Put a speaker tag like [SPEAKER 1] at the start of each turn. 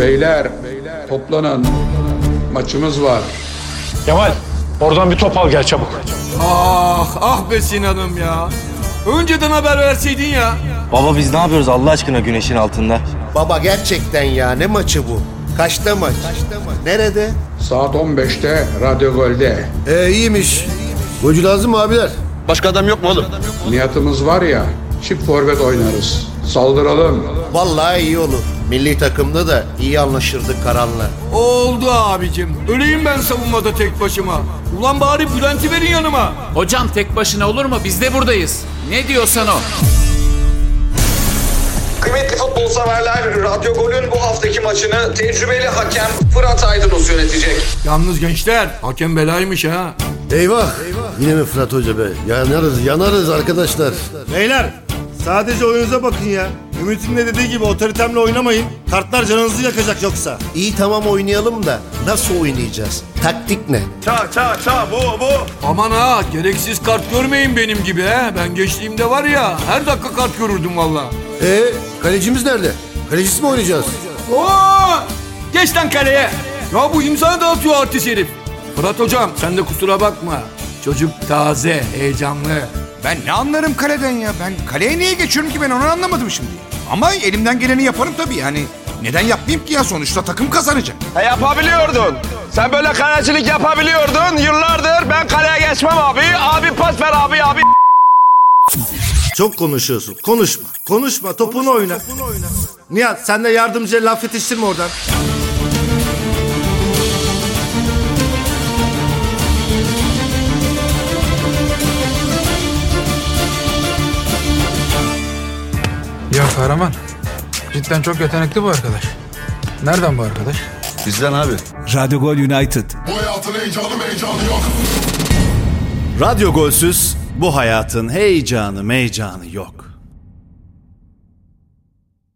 [SPEAKER 1] Beyler, toplanın. Maçımız var.
[SPEAKER 2] Kemal oradan bir top al gel çabuk.
[SPEAKER 3] Ah ah be Sinan'ım ya. Önceden haber verseydin ya.
[SPEAKER 4] Baba biz ne yapıyoruz Allah aşkına güneşin altında?
[SPEAKER 5] Baba gerçekten ya ne maçı bu? Kaçta maç? Nerede?
[SPEAKER 1] Saat 15'te Radyo Gol'de.
[SPEAKER 5] E iyiymiş. Golcü lazım mı abiler?
[SPEAKER 1] Nihatımız var ya, çift forvet oynarız. Saldıralım.
[SPEAKER 5] Vallahi iyi olur. Milli takımda da iyi anlaşırdık Karan'la.
[SPEAKER 3] Oldu abicim. Öleyim ben savunmada tek başıma. Ulan bari Bülent'i verin yanıma.
[SPEAKER 6] Hocam tek başına olur mu? Biz de buradayız. Ne diyorsan o.
[SPEAKER 7] Kıymetli futbol severler, Radyo Gol'ün bu haftaki maçını tecrübeli hakem Fırat Aydınus yönetecek.
[SPEAKER 3] Yalnız gençler hakem belaymış ha.
[SPEAKER 5] Eyvah. Yine mi Fırat Hoca be? Yanarız yanarız arkadaşlar.
[SPEAKER 8] Beyler sadece oyunuza bakın ya. Ümit'in de dediği gibi otoritemle oynamayın. Kartlar canınızı yakacak yoksa.
[SPEAKER 5] İyi tamam oynayalım da nasıl oynayacağız? Taktik ne?
[SPEAKER 8] Ça ça ça bu bu.
[SPEAKER 3] Aman ha gereksiz kart görmeyin benim gibi he. Ben geçtiğimde var ya her dakika kart görürdüm valla.
[SPEAKER 5] E kalecimiz nerede? Kalecisi mi oynayacağız?
[SPEAKER 3] Oo! Geç lan kaleye. Ya bu imza dağıtıyor artist herif. Fırat hocam sen de kusura bakma. Çocuk taze, heyecanlı.
[SPEAKER 9] Ben ne anlarım kaleden ya? Ben kaleye niye geçiyorum ki ben onu anlamadım şimdi. Ama elimden geleni yaparım tabii yani. Neden yapmayayım ki ya sonuçta takım kazanacak.
[SPEAKER 10] E, yapabiliyordun. Sen böyle kalecilik yapabiliyordun. Yıllardır ben kaleye geçmem abi. Abi pas ver abi abi.
[SPEAKER 8] Çok konuşuyorsun. Konuşma. Konuşma. Topunu oyna. Nihat sen de yardımcıya laf yetiştirme oradan.
[SPEAKER 11] Ya kahraman. Cidden çok yetenekli bu arkadaş. Nereden bu arkadaş?
[SPEAKER 4] Radyo Gol United.
[SPEAKER 8] Radyo golsüz bu hayatın heyecanı meycanı yok.